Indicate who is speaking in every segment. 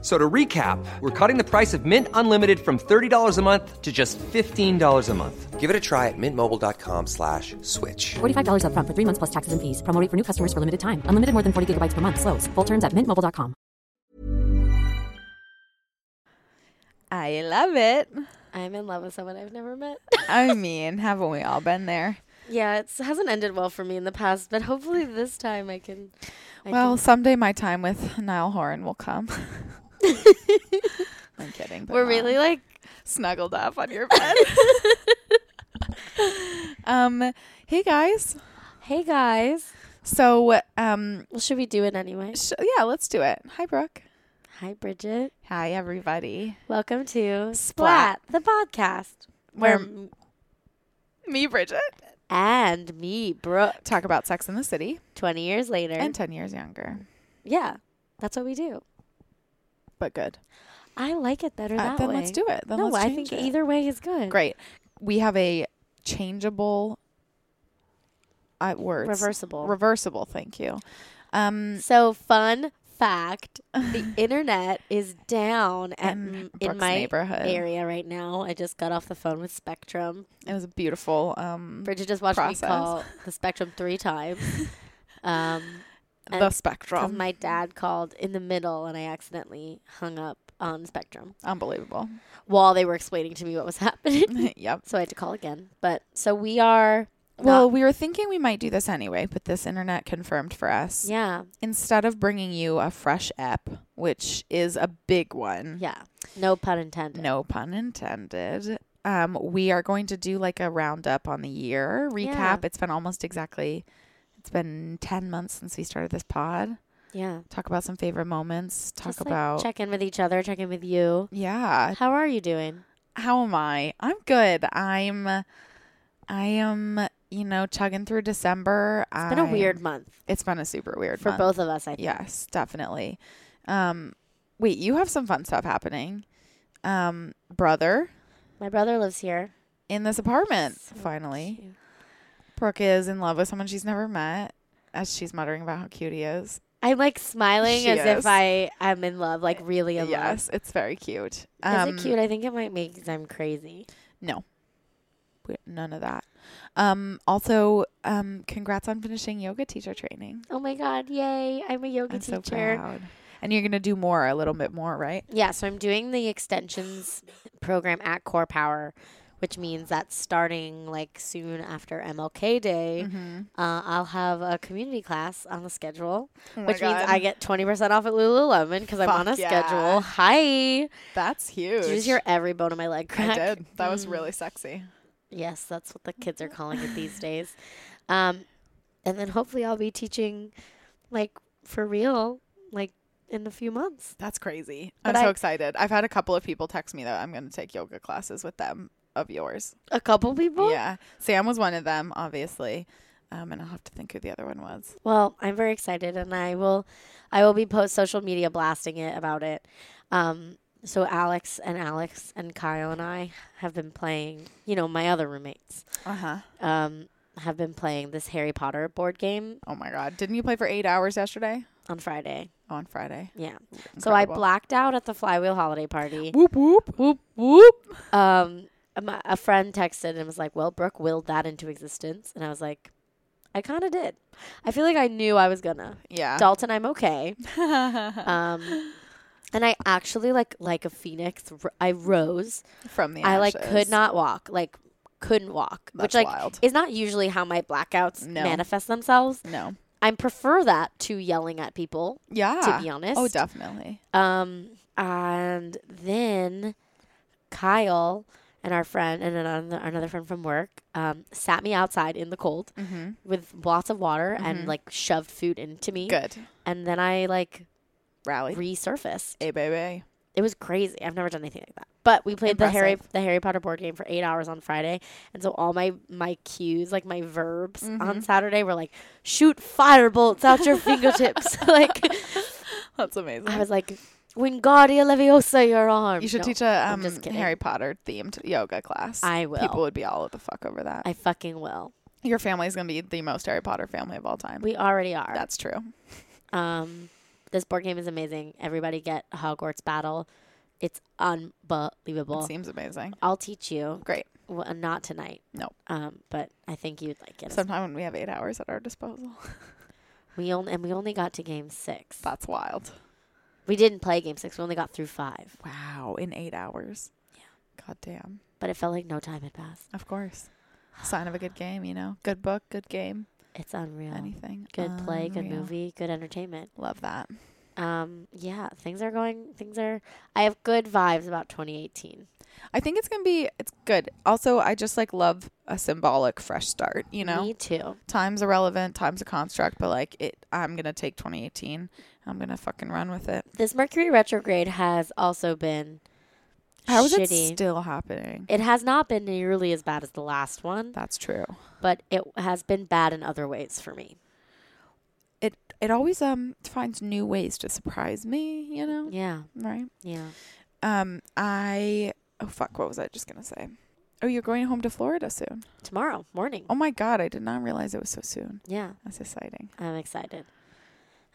Speaker 1: So to recap, we're cutting the price of Mint Unlimited from $30 a month to just $15 a month. Give it a try at mintmobile.com slash switch.
Speaker 2: $45 upfront for three months plus taxes and fees. Promo rate for new customers for limited time. Unlimited more than 40 gigabytes per month. Slows. Full terms at mintmobile.com.
Speaker 3: I love it.
Speaker 4: I'm in love with someone I've never met.
Speaker 3: I mean, haven't we all been there?
Speaker 4: yeah, it hasn't ended well for me in the past, but hopefully this time I can. I
Speaker 3: well, someday my time with Niall Horan will come. I'm kidding. but
Speaker 4: can, we're
Speaker 3: not.
Speaker 4: really like
Speaker 3: snuggled up on your bed. um, hey guys.
Speaker 4: Hey guys.
Speaker 3: So, um,
Speaker 4: Well, should we do it anyway?
Speaker 3: sh- yeah, let's do it. Hi, Brooke.
Speaker 4: Hi, Bridget.
Speaker 3: Hi, everybody.
Speaker 4: Welcome to
Speaker 3: Splat.
Speaker 4: Splat, the podcast.
Speaker 3: Where-
Speaker 4: m-
Speaker 3: Me, Bridget.
Speaker 4: and me, Brooke,
Speaker 3: Talk about Sex in the City
Speaker 4: 20 years later.
Speaker 3: and ten years younger,
Speaker 4: yeah, that's what we do.
Speaker 3: but good.
Speaker 4: I like it better
Speaker 3: Uh,
Speaker 4: that
Speaker 3: then
Speaker 4: way.
Speaker 3: let's do it. Then
Speaker 4: no,
Speaker 3: let's
Speaker 4: I
Speaker 3: change
Speaker 4: think
Speaker 3: it.
Speaker 4: either way is good.
Speaker 3: Great. We have a changeable uh, words
Speaker 4: Reversible.
Speaker 3: reversible. Thank you. Um,
Speaker 4: So, fun fact the internet is down at,
Speaker 3: In
Speaker 4: m- in
Speaker 3: Brooke's
Speaker 4: my
Speaker 3: neighborhood.
Speaker 4: area right now. I just got off the phone with Spectrum.
Speaker 3: it was a beautiful. Um,
Speaker 4: Bridget just watched
Speaker 3: process.
Speaker 4: me call the Spectrum three times. Um,
Speaker 3: the
Speaker 4: 'cause
Speaker 3: spectrum.
Speaker 4: my dad called in the middle, and I accidentally hung up on Spectrum
Speaker 3: Unbelievable.
Speaker 4: while they were explaining to me what was happening.
Speaker 3: yep.
Speaker 4: so I had to call again. But so we are.
Speaker 3: Well,
Speaker 4: not-
Speaker 3: we were thinking we might do this anyway, but this internet confirmed for us.
Speaker 4: yeah,
Speaker 3: Instead of bringing you a fresh app, which is a big one,
Speaker 4: yeah. No pun intended.
Speaker 3: no pun intended, um, we are going to do like a roundup on the year recap.
Speaker 4: Yeah.
Speaker 3: It's been almost exactly, it's been 10 months since we started this pod.
Speaker 4: Yeah.
Speaker 3: Talk about some favorite moments. Talk
Speaker 4: Just, like,
Speaker 3: about,
Speaker 4: check in with each other. Check in with you.
Speaker 3: yeah.
Speaker 4: How are you doing?
Speaker 3: How am I? I'm good. I'm, I am, you know, chugging through December.
Speaker 4: It's been a weird month
Speaker 3: It's been a super weird
Speaker 4: for
Speaker 3: month.
Speaker 4: both of us. I think.
Speaker 3: Yes, definitely. Um, wait, you have some fun stuff happening. Um, brother
Speaker 4: My brother lives here.
Speaker 3: in this apartment.
Speaker 4: So
Speaker 3: finally,
Speaker 4: cute.
Speaker 3: Brooke is in love with someone she's never met. As she's muttering about how cute he is.
Speaker 4: I'm like smiling
Speaker 3: She
Speaker 4: as
Speaker 3: is.
Speaker 4: if I am in love, like really in love.
Speaker 3: yes, um, it's very cute.
Speaker 4: Is it cute? I think it might make 'cause I'm crazy.
Speaker 3: No, We- none of that. Um, also, um, congrats on finishing yoga teacher training.
Speaker 4: Oh my god! Yay! I'm a yoga
Speaker 3: I'm so
Speaker 4: teacher.
Speaker 3: proud. And you're gonna do more, a little bit more, right?
Speaker 4: yeah, so I'm doing the extensions program at Core Power, which means that starting like soon after MLK Day,
Speaker 3: Mm-hmm.
Speaker 4: uh, I'll have a community class on the schedule, which means I get 20% off at Lululemon because I'm
Speaker 3: Oh Fuck
Speaker 4: on a
Speaker 3: yeah.
Speaker 4: schedule. Hi.
Speaker 3: that's huge.
Speaker 4: Did you just hear every bone in my leg
Speaker 3: I
Speaker 4: crack? Mm.
Speaker 3: did. That was really sexy.
Speaker 4: Yes, that's what the kids are calling it these days. Um, and then hopefully I'll be teaching, like for real, like in a few months.
Speaker 3: That's crazy.
Speaker 4: But
Speaker 3: I'm so
Speaker 4: I-
Speaker 3: excited. I've had a couple of people text me that I'm going to take yoga classes with them of yours.
Speaker 4: A couple people.
Speaker 3: Yeah. Sam was one of them, obviously. Um, and I'll have to think who the other one was.
Speaker 4: Well, I'm very excited, and I will, I will be post social media blasting it about it. Um, so Alex and Alex and Kyle and I have been playing. You know, my other roommates
Speaker 3: Uh huh.
Speaker 4: um, have been playing this Harry Potter board game
Speaker 3: Oh my God. Didn't you play for eight hours yesterday?
Speaker 4: on Friday.
Speaker 3: Oh, on Friday.
Speaker 4: Yeah. So I
Speaker 3: Incredible.
Speaker 4: blacked out at the Flywheel holiday party.
Speaker 3: Whoop, whoop, whoop, whoop.
Speaker 4: um, my, a friend texted and was like, "Well, Brooke willed that into existence," and I was like, "I kind of did. I feel like I knew I was gonna."
Speaker 3: Yeah.
Speaker 4: Dalton, I'm okay. um, and I actually like like a phoenix. r- I rose.
Speaker 3: From the
Speaker 4: I like could
Speaker 3: ashes.
Speaker 4: not walk. Like couldn't walk,
Speaker 3: That's
Speaker 4: which like
Speaker 3: wild.
Speaker 4: is not usually how my blackouts
Speaker 3: No.
Speaker 4: manifest themselves.
Speaker 3: No.
Speaker 4: I prefer that to yelling at people.
Speaker 3: Yeah.
Speaker 4: be honest.
Speaker 3: Oh, definitely.
Speaker 4: Um, and then Kyle and our friend and another, another friend from work um, sat me outside in the cold
Speaker 3: Mm-hmm.
Speaker 4: with lots of water and like shoved food into me.
Speaker 3: Good.
Speaker 4: And then I like
Speaker 3: Rally.
Speaker 4: resurfaced.
Speaker 3: hey, baby.
Speaker 4: It was crazy. I've never done anything like that. But we played the Harry
Speaker 3: Impressive.
Speaker 4: the Harry Potter board game for eight hours on Friday, and so all my my cues, like my verbs
Speaker 3: Mm-hmm.
Speaker 4: on Saturday, were like shoot fire bolts out your fingertips, like
Speaker 3: That's amazing.
Speaker 4: I was like, Wingardia Leviosa, oh, your arm.
Speaker 3: you should
Speaker 4: No,
Speaker 3: teach a
Speaker 4: I'm
Speaker 3: um,
Speaker 4: just kidding.
Speaker 3: Harry Potter themed yoga class.
Speaker 4: I will.
Speaker 3: People would be all the fuck over that.
Speaker 4: I fucking will.
Speaker 3: Your family's gonna be the most Harry Potter family of all time.
Speaker 4: We already are.
Speaker 3: That's true.
Speaker 4: Um, this board game is amazing. Everybody get Hogwarts Battle. It's unbelievable.
Speaker 3: it seems amazing.
Speaker 4: I'll teach you.
Speaker 3: Great.
Speaker 4: Well, uh, not tonight.
Speaker 3: Nope.
Speaker 4: Um, but I think you'd like it.
Speaker 3: Sometime when we have eight hours at our disposal.
Speaker 4: we only and we only got to game six.
Speaker 3: That's wild.
Speaker 4: We didn't play game six. We only got through five.
Speaker 3: Wow, in eight hours. Yeah. God damn.
Speaker 4: But it felt like no time had passed.
Speaker 3: Of course. Sign of a good game, you know. Good book, good game,
Speaker 4: It's unreal.
Speaker 3: anything.
Speaker 4: Good play, good
Speaker 3: Unreal.
Speaker 4: movie, good entertainment.
Speaker 3: Love that.
Speaker 4: Um, yeah, things are going. Things are. I have good vibes about 2018.
Speaker 3: I think it's gonna be it's good. Also, I just like love a symbolic fresh start, you know.
Speaker 4: Me too.
Speaker 3: Time's irrelevant, time's a construct, but like it I'm gonna take twenty eighteen. I'm gonna fucking run with it.
Speaker 4: This Mercury retrograde has also been.
Speaker 3: How is
Speaker 4: shitty.
Speaker 3: it still happening?
Speaker 4: It has not been nearly as bad as the last one,
Speaker 3: That's true.
Speaker 4: but it has been bad in other ways for me.
Speaker 3: It it always um finds new ways to surprise me, you know?
Speaker 4: Yeah,
Speaker 3: Right?
Speaker 4: yeah.
Speaker 3: Um, I oh fuck, what was I just gonna say? Oh, you're going home to Florida soon.
Speaker 4: Tomorrow morning.
Speaker 3: Oh my god, I did not realize it was so soon.
Speaker 4: Yeah,
Speaker 3: That's exciting.
Speaker 4: I'm excited.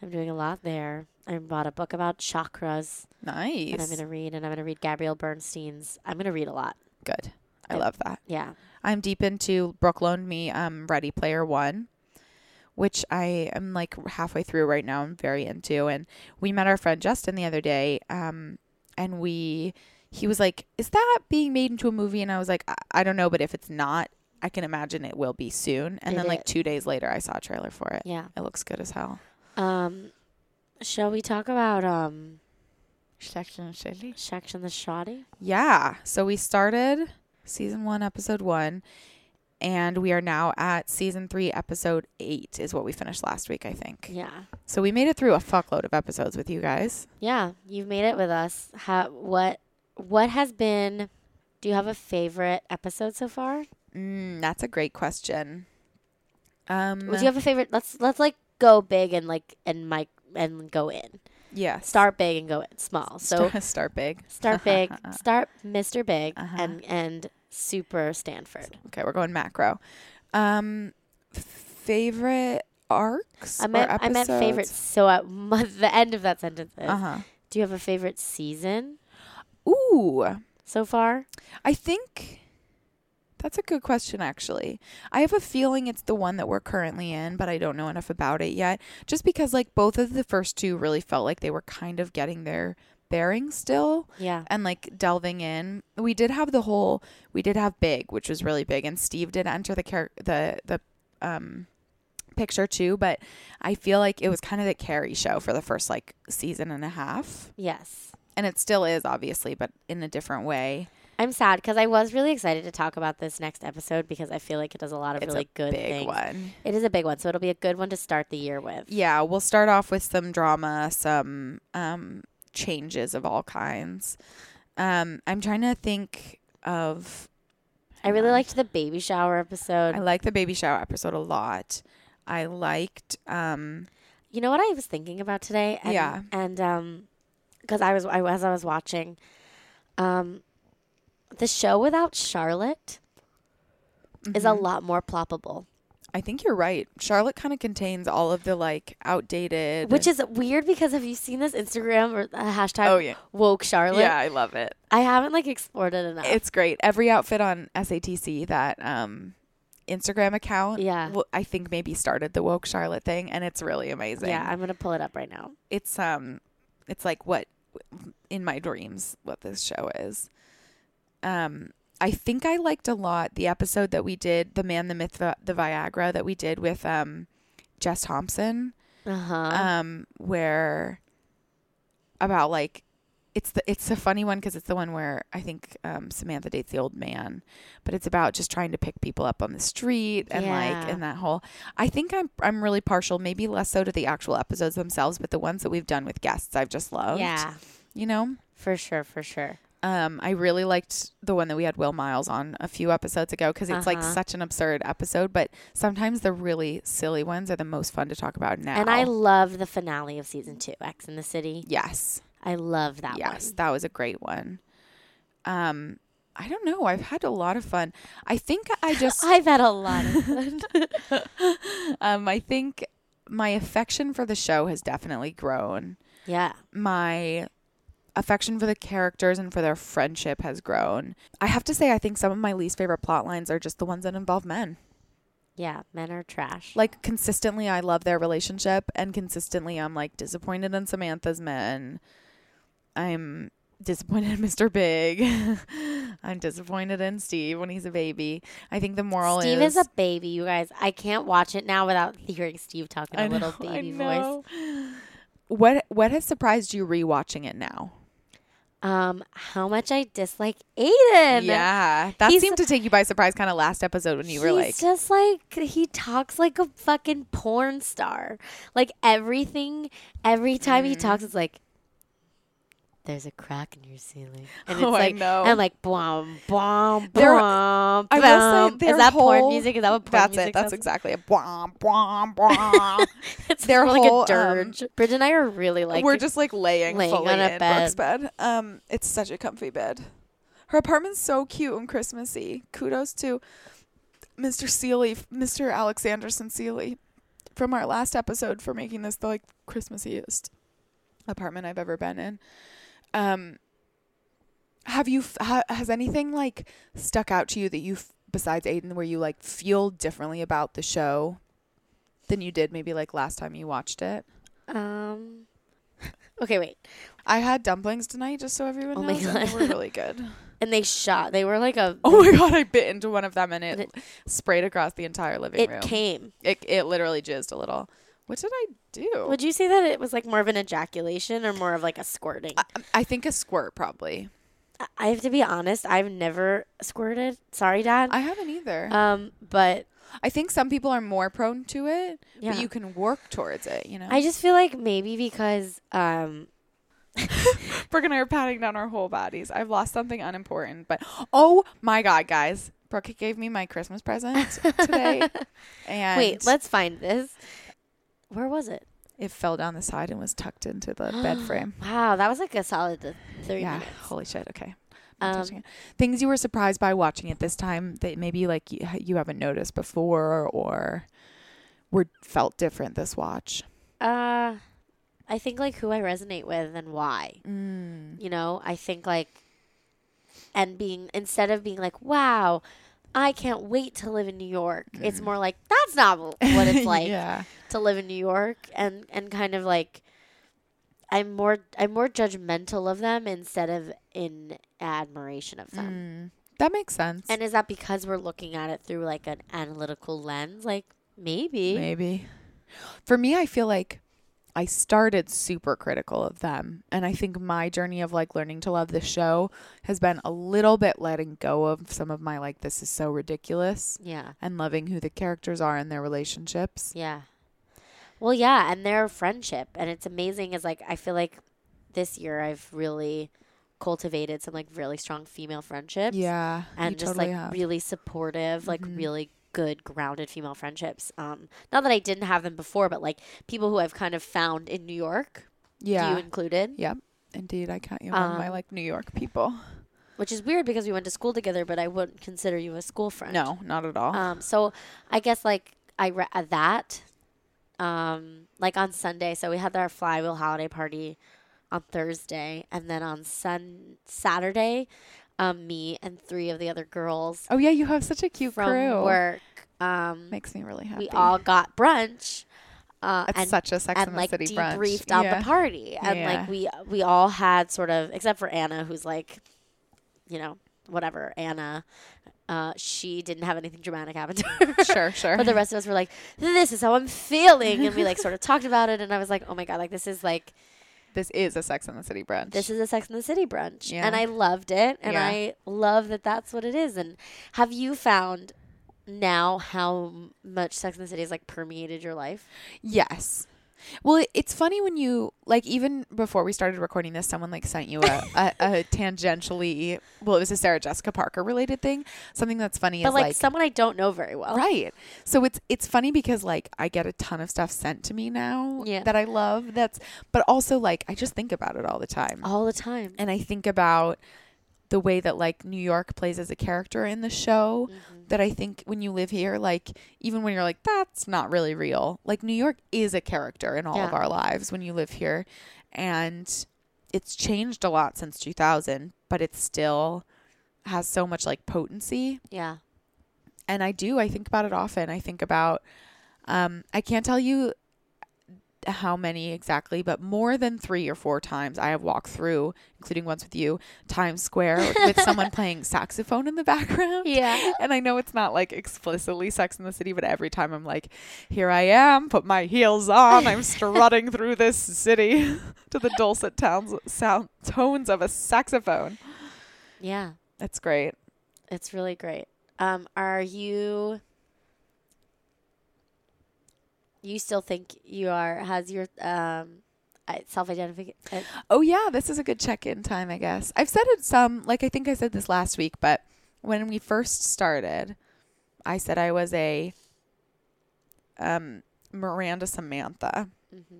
Speaker 4: I'm doing a lot there. I bought a book about chakras
Speaker 3: Nice.
Speaker 4: and I'm going to read, and I'm going to read Gabrielle Bernstein's. I'm going to read a lot.
Speaker 3: Good. I
Speaker 4: I-
Speaker 3: love that.
Speaker 4: Yeah.
Speaker 3: I'm deep into Brooke loaned me um Ready Player One, which I am like halfway through right now. I'm very into, and we met our friend Justin the other day. Um, and we he was like, "Is that being made into a movie?" And I was like, "I, I don't know, but if it's not, I can imagine it will be soon." And
Speaker 4: Did
Speaker 3: then like
Speaker 4: it-
Speaker 3: two days later, I saw a trailer for it.
Speaker 4: Yeah.
Speaker 3: It looks good as hell.
Speaker 4: Um, shall we talk about um,
Speaker 3: Shelly.
Speaker 4: Shax and the Shoddy?
Speaker 3: Yeah. So we started season one, episode one, and we are now at season three, episode eight, is what we finished last week, I think.
Speaker 4: Yeah.
Speaker 3: So we made it through a fuckload of episodes with you guys.
Speaker 4: Yeah, you've made it with us. How, what what has been do you have a favorite episode so far?
Speaker 3: Mm, that's a great question. Um,
Speaker 4: Would you have a favorite? Let's let's like go big and like and mic and go in.
Speaker 3: yeah,
Speaker 4: Start big and go in small. So
Speaker 3: start, start big.
Speaker 4: start big, start Mr. Big
Speaker 3: Uh-huh.
Speaker 4: and and super Stanford.
Speaker 3: Okay, we're going macro. Um, favorite arcs?
Speaker 4: I meant I meant favorite. So at mo- the end of that sentence, is,
Speaker 3: Uh huh.
Speaker 4: do you have a favorite season
Speaker 3: Uh-huh. Ooh,
Speaker 4: so far?
Speaker 3: I think that's a good question, actually. I have a feeling it's the one that we're currently in, but I don't know enough about it yet. Just because, like, both of the first two really felt like they were kind of getting their bearings still
Speaker 4: Yeah.
Speaker 3: and like delving in. We did have the whole, we did have Big, which was really big, and Steve did enter the char- the the um picture too, but I feel like it was kind of the Carrie show for the first like season and a half,
Speaker 4: Yes.
Speaker 3: and it still is obviously, but in a different way.
Speaker 4: I'm sad because I was really excited to talk about this next episode because I feel like it does a lot of
Speaker 3: It's
Speaker 4: really
Speaker 3: a
Speaker 4: good
Speaker 3: big
Speaker 4: things.
Speaker 3: one.
Speaker 4: It is a big one, so it'll be a good one to start the year with.
Speaker 3: yeah, we'll start off with some drama, some um, changes of all kinds. Um, I'm trying to think of.
Speaker 4: I really liked the baby shower episode.
Speaker 3: I like the baby shower episode a lot. I liked. Um,
Speaker 4: you know what I was thinking about today? And,
Speaker 3: Yeah.
Speaker 4: And um, because I was I as I was watching, um, the show without Charlotte is
Speaker 3: Mm-hmm.
Speaker 4: a lot more ploppable,
Speaker 3: I think you're right. Charlotte kind of contains all of the like outdated,
Speaker 4: which is weird because have you seen this Instagram or uh, hashtag
Speaker 3: Oh, yeah.
Speaker 4: woke Charlotte?
Speaker 3: yeah, I love it.
Speaker 4: I haven't like explored it enough.
Speaker 3: It's great. Every outfit on SATC that um, Instagram account,
Speaker 4: Yeah.
Speaker 3: w- I think maybe started the woke Charlotte thing, and it's really amazing.
Speaker 4: yeah, I'm gonna pull it up right now.
Speaker 3: it's um it's like what in my dreams what this show is um i think i liked a lot the episode that we did the man the myth the, the viagra that we did with um jess thompson
Speaker 4: Uh huh.
Speaker 3: um where about like it's the it's a funny one because it's the one where I think um, Samantha dates the old man, but it's about just trying to pick people up on the street and
Speaker 4: Yeah.
Speaker 3: like and that whole. I think I'm I'm really partial, maybe less so to the actual episodes themselves, but the ones that we've done with guests, I've just loved.
Speaker 4: yeah,
Speaker 3: you know.
Speaker 4: for sure, for sure.
Speaker 3: Um, I really liked the one that we had Will Miles on a few episodes ago because it's like
Speaker 4: Uh-huh.
Speaker 3: such an absurd episode, but sometimes the really silly ones are the most fun to talk about now.
Speaker 4: And I love the finale of season two, X in the City.
Speaker 3: yes,
Speaker 4: I love that
Speaker 3: yes,
Speaker 4: one.
Speaker 3: that was a great one. Um, I don't know. I've had a lot of fun. I think I just
Speaker 4: I've had a lot of fun.
Speaker 3: um, I think my affection for the show has definitely grown.
Speaker 4: yeah.
Speaker 3: my affection for the characters and for their friendship has grown. I have to say, I think some of my least favorite plot lines are just the ones that involve men.
Speaker 4: Yeah. Men are trash.
Speaker 3: Like, consistently, I love their relationship, and consistently, I'm like disappointed in Samantha's men. I'm disappointed in Mr. Big. I'm disappointed in Steve when he's a baby. I think the moral
Speaker 4: Steve
Speaker 3: is.
Speaker 4: is, a baby, you guys. I can't watch it now without hearing Steve talk in a little baby voice.
Speaker 3: What what has surprised you rewatching it now?
Speaker 4: Um, how much I dislike Aiden.
Speaker 3: yeah, that
Speaker 4: uh, he's-
Speaker 3: seemed to take you by surprise. Kind of last episode when you were
Speaker 4: He's
Speaker 3: like,
Speaker 4: just like he talks like a fucking porn star. Like everything, every time
Speaker 3: Mm-hmm.
Speaker 4: he talks, it's like there's a crack in your ceiling, and it's
Speaker 3: Oh, I
Speaker 4: like
Speaker 3: know.
Speaker 4: I'm like blom blom
Speaker 3: Their-
Speaker 4: blom.
Speaker 3: I will say their
Speaker 4: is that porn
Speaker 3: whole-
Speaker 4: music? Is that what porn
Speaker 3: that's
Speaker 4: music
Speaker 3: it. That's
Speaker 4: sounds
Speaker 3: exactly it. Bwah, bwah, bwah.
Speaker 4: It's
Speaker 3: their
Speaker 4: like
Speaker 3: whole, um,
Speaker 4: a dirge. Bridge and I are really like
Speaker 3: We're just like laying,
Speaker 4: laying
Speaker 3: fully
Speaker 4: on a
Speaker 3: in Brooke's bed. Um, it's such a comfy bed. Her apartment's so cute and Christmassy. Kudos to Mr. Seely, Mr. Alexanderson Seely, from our last episode for making this the like Christmassiest apartment I've ever been in. Um, have you? f- Ha, has anything like stuck out to you that you, f- besides Aiden, where you like feel differently about the show than you did maybe like last time you watched it?
Speaker 4: um. Okay, wait.
Speaker 3: I had dumplings tonight, just so everyone
Speaker 4: Oh my
Speaker 3: knows. and They
Speaker 4: God.
Speaker 3: were really good.
Speaker 4: And they shot. They were like a.
Speaker 3: Oh my god, I bit into one of them and it,
Speaker 4: And it-
Speaker 3: sprayed across the entire living
Speaker 4: it
Speaker 3: room.
Speaker 4: came.
Speaker 3: It it literally jizzed a little. What did I do?
Speaker 4: Would you say that it was like more of an ejaculation or more of like a squirting?
Speaker 3: I, um, I think a squirt probably.
Speaker 4: I- I have to be honest, I've never squirted. Sorry, Dad.
Speaker 3: I haven't either.
Speaker 4: um, but
Speaker 3: I think some people are more prone to it,
Speaker 4: Yeah.
Speaker 3: but you can work towards it. You know,
Speaker 4: I just feel like maybe because um,
Speaker 3: Brooke and I are patting down our whole bodies. I've lost something unimportant, but oh my god, guys, Brooke gave me my Christmas present today, and
Speaker 4: wait, let's find this. Where was it?
Speaker 3: it fell down the side and was tucked into the bed frame.
Speaker 4: Wow, that was like a solid th- three.
Speaker 3: Yeah.
Speaker 4: minutes.
Speaker 3: Holy shit. Okay. I'm not
Speaker 4: Um,
Speaker 3: touching it. Things you were surprised by watching it this time that maybe like you, you haven't noticed before or were felt different this watch.
Speaker 4: Uh, I think like who I resonate with and why.
Speaker 3: Mm.
Speaker 4: You know, I think like, and being instead of being like, wow, I can't wait to live in New York. It's more like that's not what it's like.
Speaker 3: Mm. yeah.
Speaker 4: to live in New York and and kind of like I'm more I'm more judgmental of them instead of in admiration of them.
Speaker 3: That makes sense.
Speaker 4: And is that because we're looking at it through like an analytical lens? Like maybe.
Speaker 3: Maybe. For me, I feel like I started super critical of them. And I think my journey of like learning to love the show has been a little bit letting go of some of my like, this is so ridiculous
Speaker 4: Yeah.
Speaker 3: and loving who the characters are and their relationships.
Speaker 4: Yeah. Well, yeah, and their friendship and it's amazing is like I feel like this year I've really cultivated some like really strong female friendships.
Speaker 3: Yeah. you
Speaker 4: and just
Speaker 3: totally
Speaker 4: like
Speaker 3: have. Mm-hmm.
Speaker 4: really supportive, like really good grounded female friendships. Um, not that I didn't have them before, but like people who I've kind of found in New York,
Speaker 3: Yeah.
Speaker 4: you included,
Speaker 3: Yep. Indeed, I count you among my
Speaker 4: Um,
Speaker 3: like New York people.
Speaker 4: which is weird because we went to school together, but I wouldn't consider you a school friend.
Speaker 3: No, not at all.
Speaker 4: Um, so I guess like I re- uh, that, um, like on Sunday. So we had our flywheel holiday party on Thursday, and then on Sun Saturday, um, me and three of the other girls
Speaker 3: oh yeah, you have such a cute
Speaker 4: from
Speaker 3: crew.
Speaker 4: work. Um,
Speaker 3: Makes me really happy.
Speaker 4: we all got brunch. Uh,
Speaker 3: It's
Speaker 4: and,
Speaker 3: such a Sex
Speaker 4: and
Speaker 3: and the
Speaker 4: like
Speaker 3: City brunch.
Speaker 4: debriefed on
Speaker 3: Yeah.
Speaker 4: the party, and
Speaker 3: Yeah.
Speaker 4: like we uh, we all had sort of except for Anna, who's like, you know, whatever. Anna, uh, she didn't have anything dramatic happen to her.
Speaker 3: sure, sure.
Speaker 4: But the rest of us were like, "This is how I'm feeling," and we like sort of talked about it. And I was like, "Oh my god, like this is like
Speaker 3: this is a Sex and the City brunch.
Speaker 4: this is a Sex in the City brunch,"
Speaker 3: Yeah.
Speaker 4: and I loved it, and
Speaker 3: Yeah.
Speaker 4: I love that that's what it is. And have you found now how much Sex in the City has like permeated your life?
Speaker 3: yes. Well, it's funny when you like even before we started recording this, someone like sent you a, a, a tangentially well, it was a Sarah Jessica Parker related thing. Something that's funny
Speaker 4: But
Speaker 3: is
Speaker 4: like,
Speaker 3: like,
Speaker 4: someone I don't know very well.
Speaker 3: right. So it's it's funny because like I get a ton of stuff sent to me now
Speaker 4: Yeah.
Speaker 3: that I love. That's but also like I just think about it all the time,
Speaker 4: All the time.
Speaker 3: and I think about the way that like New York plays as a character in the show.
Speaker 4: Mm-hmm.
Speaker 3: That I think when you live here, like even when you're like that's not really real, like New York is a character in all of
Speaker 4: Yeah.
Speaker 3: our lives when you live here, and it's changed a lot since 2000, but it still has so much like potency
Speaker 4: Yeah.
Speaker 3: and I do. I think about it often. I think about. Um, I can't tell you how many exactly, but more than three or four times I have walked through, including once with you, Times Square with someone playing saxophone in the background.
Speaker 4: Yeah.
Speaker 3: And I know it's not like explicitly Sex in the City, but every time I'm like, here I am, put my heels on, I'm strutting through this city to the dulcet towns, sound, tones of a saxophone.
Speaker 4: Yeah.
Speaker 3: That's great.
Speaker 4: It's really great. Um, are you you still think you are has your um uh, self identification
Speaker 3: Oh yeah, this is a good check-in time, I guess. I've said it some, like I think I said this last week, but when we first started, I said I was a um Miranda Samantha.
Speaker 4: mm-hmm.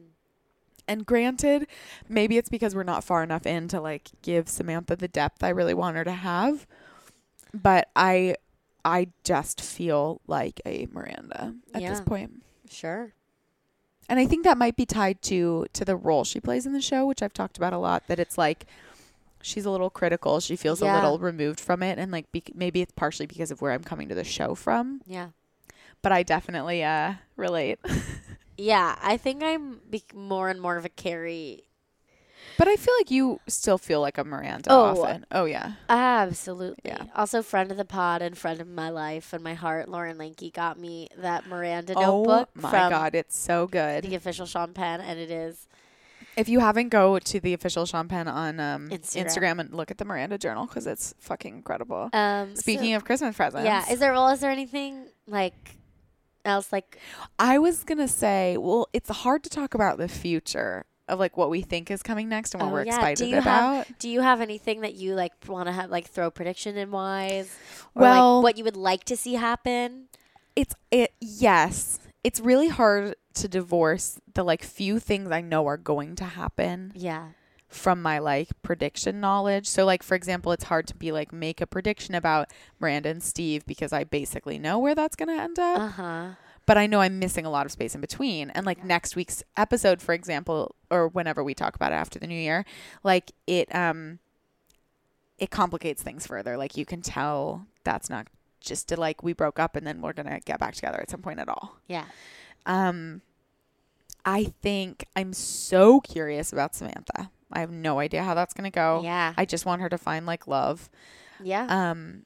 Speaker 3: And granted, maybe it's because we're not far enough in to like give Samantha the depth I really want her to have, but I I just feel like a Miranda at this
Speaker 4: Yeah.
Speaker 3: point.
Speaker 4: sure
Speaker 3: And I think that might be tied to to the role she plays in the show, which I've talked about a lot. That it's like she's a little critical. She feels a
Speaker 4: Yeah.
Speaker 3: little removed from it, and like be- maybe it's partially because of where I'm coming to the show from.
Speaker 4: yeah
Speaker 3: But I definitely uh, relate.
Speaker 4: yeah I think I'm be- more and more of a Carrie
Speaker 3: but I feel like you still feel like a Miranda
Speaker 4: Oh.
Speaker 3: often. Oh yeah,
Speaker 4: absolutely
Speaker 3: Yeah.
Speaker 4: also friend of the pod and friend of my life and my heart Lauren Lanky got me that Miranda
Speaker 3: oh
Speaker 4: notebook
Speaker 3: my
Speaker 4: from
Speaker 3: god, it's so good.
Speaker 4: the official Sean Penn and it is
Speaker 3: If you haven't, go to the official Sean Penn on um,
Speaker 4: Instagram.
Speaker 3: Instagram. and look at the Miranda Journal because it's fucking incredible.
Speaker 4: um
Speaker 3: Speaking of Christmas presents,
Speaker 4: yeah is there well is there anything like else like
Speaker 3: I was gonna say, well, it's hard to talk about the future of like what we think is coming next and what
Speaker 4: Oh,
Speaker 3: we're
Speaker 4: yeah. Do
Speaker 3: excited
Speaker 4: you
Speaker 3: about.
Speaker 4: Have, do you have anything that you like want to have like throw prediction in wise? Or
Speaker 3: Well-
Speaker 4: like what you would like to see happen?
Speaker 3: it's it yes, it's really hard to divorce the like few things I know are going to happen
Speaker 4: Yeah.
Speaker 3: from my like prediction knowledge. So like for example, it's hard to be like make a prediction about Miranda and Steve because I basically know where that's going to end up.
Speaker 4: Uh huh.
Speaker 3: but I know I'm missing a lot of space in between. And like next week's episode, for example, or whenever we talk about it after the new year, like it um it complicates things further. Like you can tell that's not just to like we broke up and then we're gonna get back together at some point at all.
Speaker 4: Yeah.
Speaker 3: Um I think I'm so curious about Samantha. I have no idea how that's gonna go.
Speaker 4: Yeah.
Speaker 3: I just want her to find like love.
Speaker 4: Yeah.
Speaker 3: Um,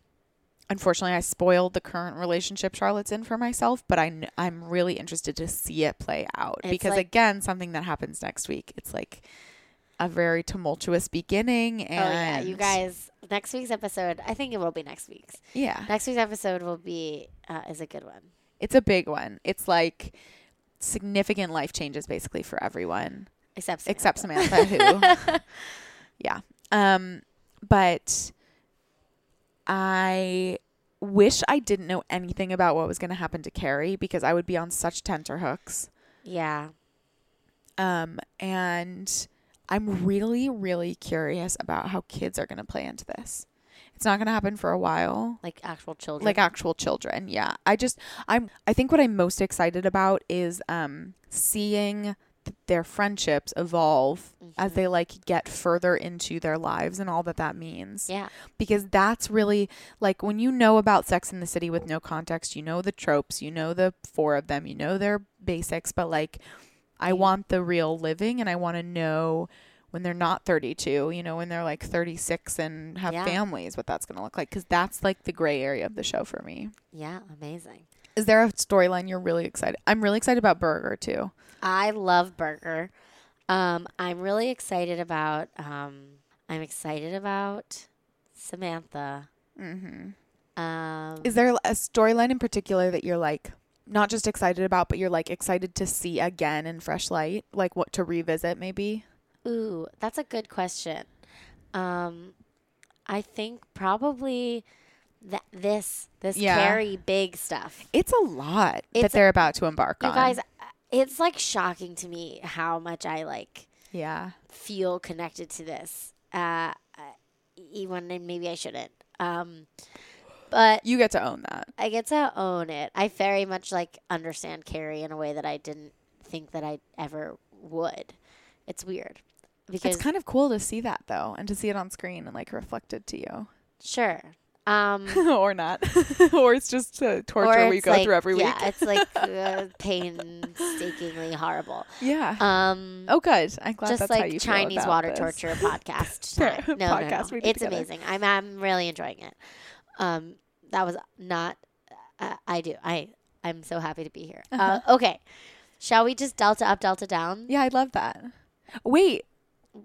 Speaker 3: unfortunately, I spoiled the current relationship Charlotte's in for myself, but I kn- I'm really interested to see it play out
Speaker 4: It's
Speaker 3: because
Speaker 4: like-
Speaker 3: again, something that happens next week. It's like a very tumultuous beginning,
Speaker 4: oh
Speaker 3: and
Speaker 4: yeah. You guys, next week's episode. I think it will be next week's.
Speaker 3: yeah,
Speaker 4: Next week's episode will be uh, is a good one.
Speaker 3: it's a big one. It's like significant life changes basically for everyone
Speaker 4: Except Samantha.
Speaker 3: except Samantha, who, yeah, um, but I wish I didn't know anything about what was going to happen to Carrie because I would be on such tenterhooks.
Speaker 4: Yeah.
Speaker 3: Um, and I'm really, really curious about how kids are going to play into this. It's not going to happen for a while.
Speaker 4: Like actual children.
Speaker 3: Like uh, actual children, yeah. I just, I'm, I think what I'm most excited about is um, seeing th- their friendships evolve as they like get further into their lives and all that that means
Speaker 4: yeah.
Speaker 3: because that's really like when you know about sex in the city with no context you know the tropes you know the four of them you know their basics but like i want the real living and i want to know when they're not 32 you know when they're like 36 and have
Speaker 4: Yeah.
Speaker 3: families what that's going to look like because that's like the gray area of the show for me
Speaker 4: Yeah. Amazing.
Speaker 3: is there a storyline you're really excited i'm really excited about burger too
Speaker 4: I love burger. Um, I'm really excited about. Um, I'm excited about Samantha. Um, Mm-hmm. Um,
Speaker 3: is there a storyline in particular that you're like not just excited about, but you're like excited to see again in fresh light, like what to revisit maybe?
Speaker 4: Ooh, that's a good question. Um, I think probably that this this
Speaker 3: Yeah.
Speaker 4: very big stuff.
Speaker 3: It's a lot that
Speaker 4: It's a-
Speaker 3: they're about to embark
Speaker 4: You
Speaker 3: on.
Speaker 4: guys, it's like shocking to me how much I like
Speaker 3: yeah.
Speaker 4: feel connected to this. Uh, even and maybe I shouldn't. Um, but
Speaker 3: You get to own that.
Speaker 4: I get to own it. I very much like understand Carrie in a way that I didn't think that I ever would. It's weird because
Speaker 3: It's kind of cool to see that though and to see it on screen and like reflected to you.
Speaker 4: sure. Um,
Speaker 3: or not. or it's just a torture we
Speaker 4: it's
Speaker 3: go
Speaker 4: like-
Speaker 3: through every
Speaker 4: yeah,
Speaker 3: week.
Speaker 4: it's like uh, painstakingly horrible.
Speaker 3: Yeah.
Speaker 4: Um,
Speaker 3: oh, good. I'm glad
Speaker 4: just
Speaker 3: that's how you
Speaker 4: like
Speaker 3: feel
Speaker 4: Chinese
Speaker 3: about
Speaker 4: water
Speaker 3: this.
Speaker 4: torture podcast.
Speaker 3: Fair.
Speaker 4: time. No, no,
Speaker 3: Podcast we
Speaker 4: no.
Speaker 3: did
Speaker 4: it's
Speaker 3: together.
Speaker 4: amazing. I'm I'm really enjoying it. Um, that was not. Uh, I do. I I'm so happy to be here.
Speaker 3: Uh-huh.
Speaker 4: uh okay, shall we just delta up, delta down?
Speaker 3: Yeah, I love that. Wait,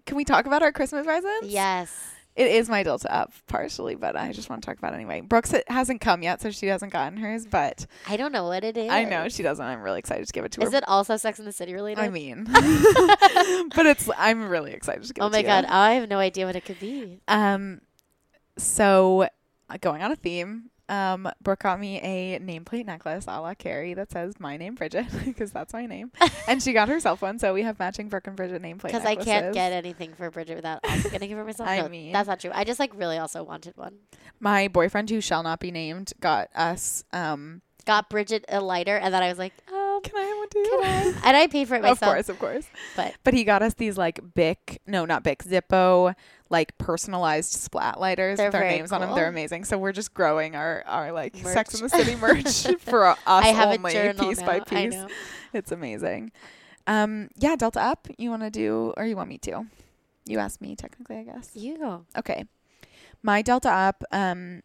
Speaker 3: can we talk about our Christmas presents?
Speaker 4: Yes.
Speaker 3: It is my Delta up partially, but I just want to talk about it anyway. Brooks it hasn't come yet, so she hasn't gotten hers, but
Speaker 4: I don't know what it is.
Speaker 3: I know she doesn't. I'm really excited to give it to
Speaker 4: Is
Speaker 3: her.
Speaker 4: it also Sex in the City related?
Speaker 3: I mean, but it's, I'm really excited to give
Speaker 4: oh
Speaker 3: it
Speaker 4: my
Speaker 3: to
Speaker 4: god,
Speaker 3: you.
Speaker 4: I have no idea what it could be.
Speaker 3: Um, so uh, going on a theme, um, Brooke got me a nameplate necklace a la Carrie that says my name Bridget because that's my name, and she got herself one. So we have matching Brooke and Bridget nameplate.
Speaker 4: Because I can't get anything for Bridget without also getting it for myself.
Speaker 3: I
Speaker 4: No,
Speaker 3: mean-
Speaker 4: that's not true. I just like really also wanted one.
Speaker 3: My boyfriend, who shall not be named, got us. Um,
Speaker 4: Got Bridget a lighter, and then I was like, um,
Speaker 3: can I have one too?
Speaker 4: can I? and I paid for it
Speaker 3: of
Speaker 4: myself.
Speaker 3: course, of course.
Speaker 4: But
Speaker 3: But he got us these like Bic, no, not Bic, Zippo, like personalized splat lighters
Speaker 4: They're
Speaker 3: with our
Speaker 4: very
Speaker 3: names on them. They're
Speaker 4: cool.
Speaker 3: amazing. So we're just growing our our like Sex in the
Speaker 4: Merch.
Speaker 3: City merch for us
Speaker 4: I have a
Speaker 3: only,
Speaker 4: journal
Speaker 3: piece by
Speaker 4: now. I
Speaker 3: piece.
Speaker 4: know.
Speaker 3: It's amazing. Um, yeah, Delta Up. You want to do, or you want me to? You asked me technically, I guess.
Speaker 4: you go.
Speaker 3: Okay. My Delta Up um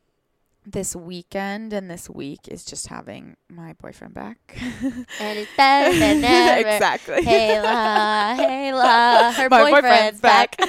Speaker 3: this weekend and this week is just having my boyfriend back.
Speaker 4: And it's better than ever.
Speaker 3: exactly.
Speaker 4: Hayla, Hayla, Uh, her
Speaker 3: My boyfriend's
Speaker 4: boyfriend's, back.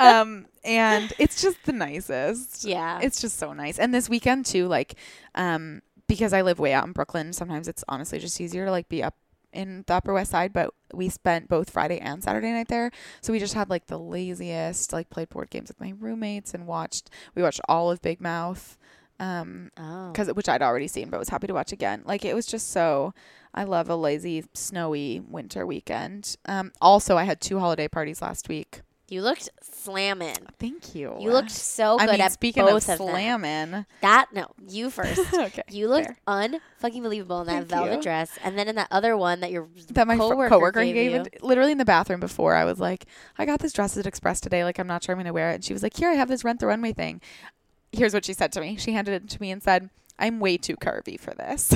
Speaker 3: um and it's just the nicest.
Speaker 4: Yeah.
Speaker 3: It's just so nice. And this weekend too, like um because I live way out in Brooklyn, sometimes it's honestly just easier to like be up in the Upper West Side, but we spent both Friday and Saturday night there. So we just had like the laziest, like played board games with my roommates and watched we watched all of Big Mouth. Um
Speaker 4: oh.
Speaker 3: because which I'd already seen, but was happy to watch again. Like it was just so. I love a lazy, snowy winter weekend. Um, also, I had two holiday parties last week.
Speaker 4: You looked slamming.
Speaker 3: Thank you.
Speaker 4: You looked so
Speaker 3: I
Speaker 4: good
Speaker 3: mean,
Speaker 4: at
Speaker 3: speaking
Speaker 4: both
Speaker 3: of
Speaker 4: of them.
Speaker 3: slamming,
Speaker 4: That no, you first.
Speaker 3: Okay,
Speaker 4: You looked
Speaker 3: fair.
Speaker 4: unfucking believable in that
Speaker 3: Thank
Speaker 4: velvet
Speaker 3: you.
Speaker 4: dress, and then in that other one that your
Speaker 3: that my fr-
Speaker 4: coworker,
Speaker 3: coworker, gave,
Speaker 4: you.
Speaker 3: it- literally in the bathroom before. I was like, I got this dress at Express today. Like, I'm not sure I'm gonna wear it. And she was like, Here, I have this Rent the Runway thing. Here's what she said to me. She handed it to me and said, I'm way too curvy for this.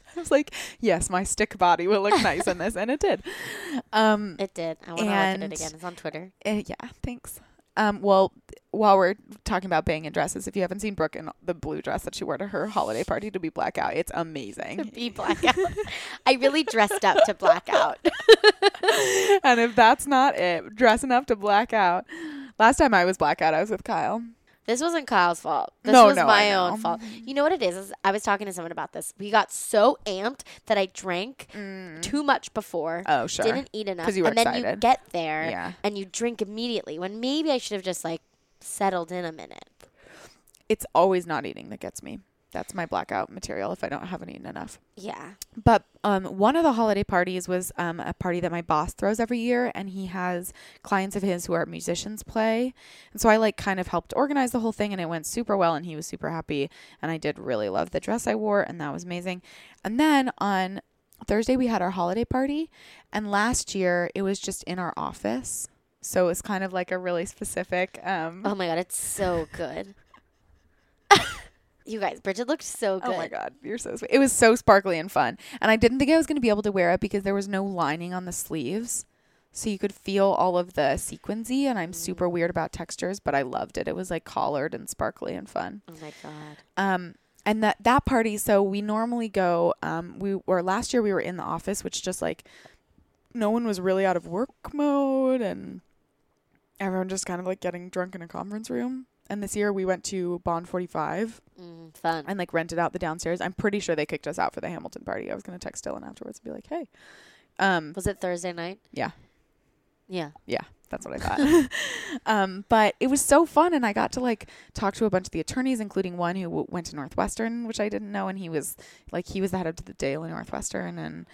Speaker 3: I was like, Yes, my stick body will look nice in this, and it did. Um,
Speaker 4: It did. I want to look at
Speaker 3: And-
Speaker 4: it again. It's on Twitter.
Speaker 3: Uh, yeah, thanks. Um, well, while we're talking about bang and dresses, if you haven't seen Brooke in the blue dress that she wore to her holiday party to be blackout, it's amazing.
Speaker 4: Be blackout. I really dressed up to blackout.
Speaker 3: and if that's not it, dressing up to blackout. Last time I was blackout, I was with Kyle.
Speaker 4: This wasn't Kyle's fault. This
Speaker 3: No,
Speaker 4: was
Speaker 3: no, I
Speaker 4: my
Speaker 3: know.
Speaker 4: own fault. You know what it is, is I was talking to someone about this. We got so amped that I drank too much before.
Speaker 3: Mm. Oh, sure.
Speaker 4: Didn't eat enough.
Speaker 3: 'Cause you were
Speaker 4: and then you
Speaker 3: excited.
Speaker 4: get there
Speaker 3: Yeah.
Speaker 4: and you drink immediately when maybe I should have just like settled in a minute.
Speaker 3: It's always not eating that gets me. That's my blackout material if I don't haven't eaten enough.
Speaker 4: Yeah.
Speaker 3: But um, one of the holiday parties was um, a party that my boss throws every year, and he has clients of his who are musicians play. And so I like kind of helped organize the whole thing, and it went super well, and he was super happy. And I did really love the dress I wore, and that was amazing. And then on Thursday, we had our holiday party, and last year it was just in our office. So it was kind of like a really specific. Um,
Speaker 4: Oh my god, it's so good. you guys, Bridget looked so good.
Speaker 3: Oh my god, you're so sweet. It was so sparkly and fun. And I didn't think I was going to be able to wear it because there was no lining on the sleeves. So you could feel all of the sequency and I'm super weird about textures, but I loved it. It was like collared and sparkly and fun.
Speaker 4: Oh my god.
Speaker 3: Um, and that that party. So we normally go. Um, we were last year we were in the office, which just like no one was really out of work mode, and everyone just kind of like getting drunk in a conference room. And this year we went to Bond 45
Speaker 4: Mm, fun.
Speaker 3: and like rented out the downstairs. I'm pretty sure they kicked us out for the Hamilton party. I was going to text Dylan afterwards and be like, hey. Um,
Speaker 4: was it Thursday night?
Speaker 3: yeah.
Speaker 4: Yeah.
Speaker 3: Yeah, that's what I thought. um, but it was so fun, and I got to like talk to a bunch of the attorneys, including one who w- went to Northwestern, which I didn't know, and he was like he was the head of the Daily Northwestern, and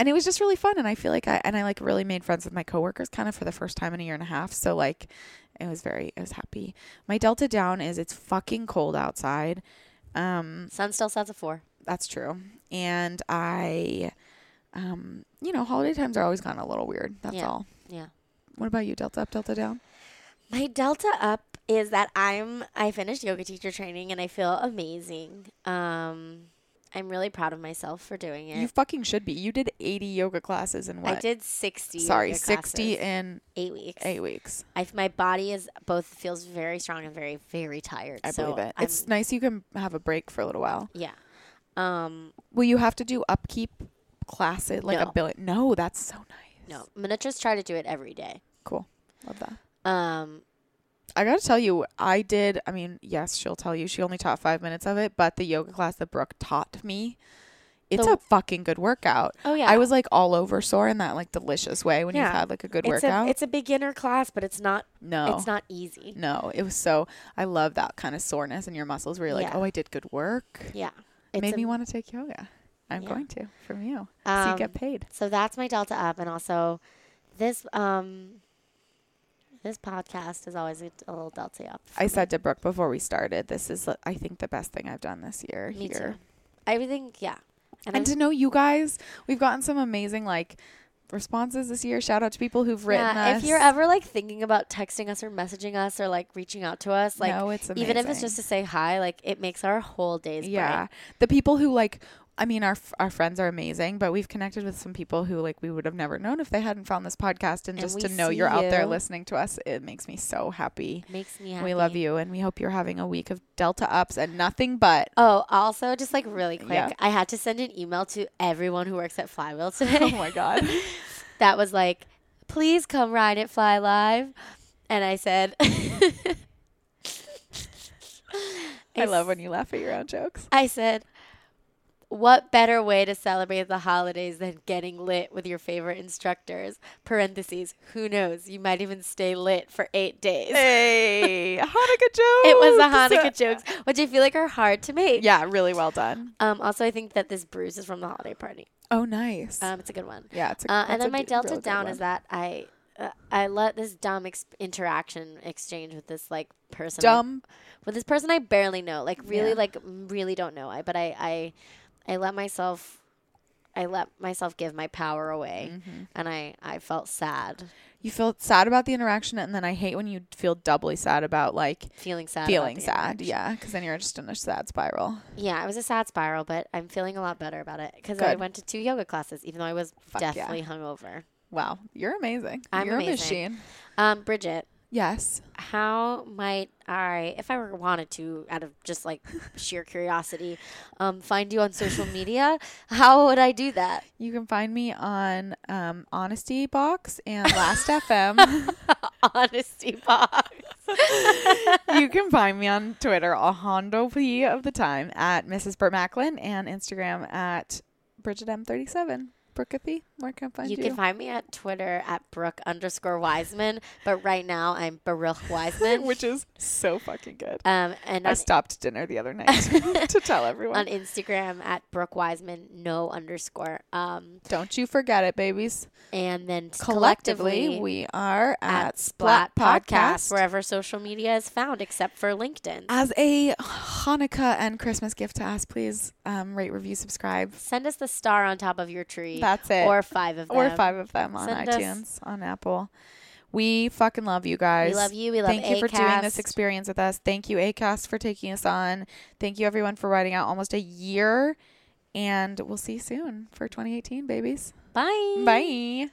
Speaker 3: and it was just really fun. And I feel like I and I like really made friends with my coworkers, kind of for the first time in a year and a half. So like, it was very I was happy. My Delta down is it's fucking cold outside. Um,
Speaker 4: Sun still sets at four.
Speaker 3: that's true. And I, um, you know, holiday times are always gone a little weird. That's
Speaker 4: Yeah.
Speaker 3: all.
Speaker 4: Yeah.
Speaker 3: What about you? Delta up, Delta down.
Speaker 4: My delta up is that I'm I finished yoga teacher training and I feel amazing. Um, I'm really proud of myself for doing it.
Speaker 3: You fucking should be. You did 80 yoga classes in
Speaker 4: I
Speaker 3: what?
Speaker 4: did 60.
Speaker 3: Sorry,
Speaker 4: yoga
Speaker 3: 60
Speaker 4: classes,
Speaker 3: in
Speaker 4: eight weeks.
Speaker 3: eight weeks.
Speaker 4: I, my body is both feels very strong and very very tired.
Speaker 3: I
Speaker 4: so
Speaker 3: believe it.
Speaker 4: I'm-
Speaker 3: it's nice you can have a break for a little while.
Speaker 4: yeah. Um,
Speaker 3: Will you have to do upkeep classes like a
Speaker 4: No.
Speaker 3: billion? No, that's so nice.
Speaker 4: no, I'm gonna just try to do it every day.
Speaker 3: Cool. Love that.
Speaker 4: Um,
Speaker 3: I gotta tell you, I did. I mean, yes, she'll tell you. She only taught five minutes of it, but the yoga class that Brooke taught me, it's
Speaker 4: The-
Speaker 3: a fucking good workout.
Speaker 4: Oh, yeah.
Speaker 3: I was like all over sore in that like delicious way when
Speaker 4: Yeah.
Speaker 3: you've had like a good
Speaker 4: it's
Speaker 3: workout. Oh.
Speaker 4: a it's a beginner class, but it's not
Speaker 3: no,
Speaker 4: it's not easy.
Speaker 3: No, it was so. I love that kind of soreness in your muscles where you're like,
Speaker 4: Yeah.
Speaker 3: oh, I did good work.
Speaker 4: Yeah,
Speaker 3: It
Speaker 4: it's
Speaker 3: Made
Speaker 4: a-
Speaker 3: me want to take yoga. I'm
Speaker 4: Yeah.
Speaker 3: going to from you. so you
Speaker 4: Um,
Speaker 3: get paid.
Speaker 4: So that's my delta up, and also this um this podcast is always a, a little delta up.
Speaker 3: I said to Brooke before we started, this is, I think, the best thing I've done this year
Speaker 4: Me
Speaker 3: here.
Speaker 4: too. Everything, yeah. And,
Speaker 3: and
Speaker 4: I,
Speaker 3: to know you guys, we've gotten some amazing like responses this year. Shout out to people who've written
Speaker 4: yeah,
Speaker 3: us.
Speaker 4: if you're ever like thinking about texting us or messaging us or like reaching out to us, like
Speaker 3: No, it's
Speaker 4: even if it's
Speaker 3: amazing.
Speaker 4: just to say hi, like it makes our whole days.
Speaker 3: yeah,
Speaker 4: bright.
Speaker 3: the people who like, I mean, our f- our friends are amazing, but we've connected with some people who like we would have never known if they hadn't found this podcast. And,
Speaker 4: And
Speaker 3: just
Speaker 4: we
Speaker 3: to know
Speaker 4: see
Speaker 3: you're out there
Speaker 4: you.
Speaker 3: listening to us, it makes me so happy.
Speaker 4: It makes me happy.
Speaker 3: We love you, and we hope you're having a week of delta ups and nothing but.
Speaker 4: Oh, also, just like really quick,
Speaker 3: Yeah.
Speaker 4: I had to send an email to everyone who works at Flywheel
Speaker 3: Oh
Speaker 4: today.
Speaker 3: my god!
Speaker 4: that was like, please come ride at Fly Live. And I said,
Speaker 3: I love when you laugh at your own jokes.
Speaker 4: I said, what better way to celebrate the holidays than getting lit with your favorite instructors? Parentheses, who knows? You might even stay lit for eight days.
Speaker 3: Hey, Hanukkah jokes.
Speaker 4: It was a Hanukkah jokes, which I feel like are hard to make.
Speaker 3: Yeah, really well done.
Speaker 4: Um, also, I think that this bruise is from the holiday party.
Speaker 3: Oh, nice.
Speaker 4: Um, it's a good one.
Speaker 3: Yeah, it's a-
Speaker 4: uh,
Speaker 3: that's
Speaker 4: and
Speaker 3: a
Speaker 4: then my
Speaker 3: d-
Speaker 4: delta
Speaker 3: really good
Speaker 4: down
Speaker 3: one.
Speaker 4: is that I uh, I let this dumb ex- interaction exchange with this like person I-
Speaker 3: Dumb.
Speaker 4: with this person I barely know like really
Speaker 3: Yeah.
Speaker 4: like m- really don't know I but I I I let myself I let myself give my power away
Speaker 3: Mm-hmm.
Speaker 4: and I I felt sad
Speaker 3: you feel sad about the interaction and then i hate when you feel doubly sad about like
Speaker 4: feeling sad about
Speaker 3: feeling
Speaker 4: the
Speaker 3: sad
Speaker 4: interaction.
Speaker 3: yeah because then you're just in a sad spiral
Speaker 4: yeah it was a sad spiral but I'm feeling a lot better about it because I
Speaker 3: Good.
Speaker 4: went to two yoga classes even though I was
Speaker 3: yeah.
Speaker 4: deathly hungover
Speaker 3: wow you're amazing
Speaker 4: I'm
Speaker 3: you're a
Speaker 4: amazing.
Speaker 3: machine
Speaker 4: um Bridget
Speaker 3: yes
Speaker 4: how might I, if I were wanted to, out of just like sheer curiosity, um, find you on social media? How would I do that?
Speaker 3: you can find me on um, honesty box and last fm
Speaker 4: Honesty box.
Speaker 3: you can find me on twitter a hondo p of the time at mrs burt macklin and instagram at bridget m37 brookathy where can i find
Speaker 4: You
Speaker 3: you,
Speaker 4: can find me at Twitter at Brooke underscore Wiseman, but right now I'm Baruch Wiseman.
Speaker 3: which is so fucking good
Speaker 4: um, and
Speaker 3: i
Speaker 4: on,
Speaker 3: stopped dinner the other night to tell everyone
Speaker 4: on Instagram at Brooke Wiseman, no underscore. Um,
Speaker 3: Don't you forget it, babies.
Speaker 4: and then
Speaker 3: Collectively,
Speaker 4: collectively,
Speaker 3: we are at,
Speaker 4: at
Speaker 3: Splat,
Speaker 4: Splat
Speaker 3: Podcast.
Speaker 4: wherever social media is found, except for LinkedIn.
Speaker 3: As a Hanukkah and Christmas gift to us, please um, rate, review, subscribe,
Speaker 4: Send us the star on top of your tree.
Speaker 3: That's it.
Speaker 4: Or five of them.
Speaker 3: or five of them on
Speaker 4: Send us-
Speaker 3: iTunes, on Apple. We fucking love you guys.
Speaker 4: love you. We love
Speaker 3: Thank you for doing this
Speaker 4: Acast.
Speaker 3: experience with us. Thank you, ACAST, for taking us on. Thank you, everyone, for writing out almost a year. And we'll see you soon for 2018, babies.
Speaker 4: Bye.
Speaker 3: Bye.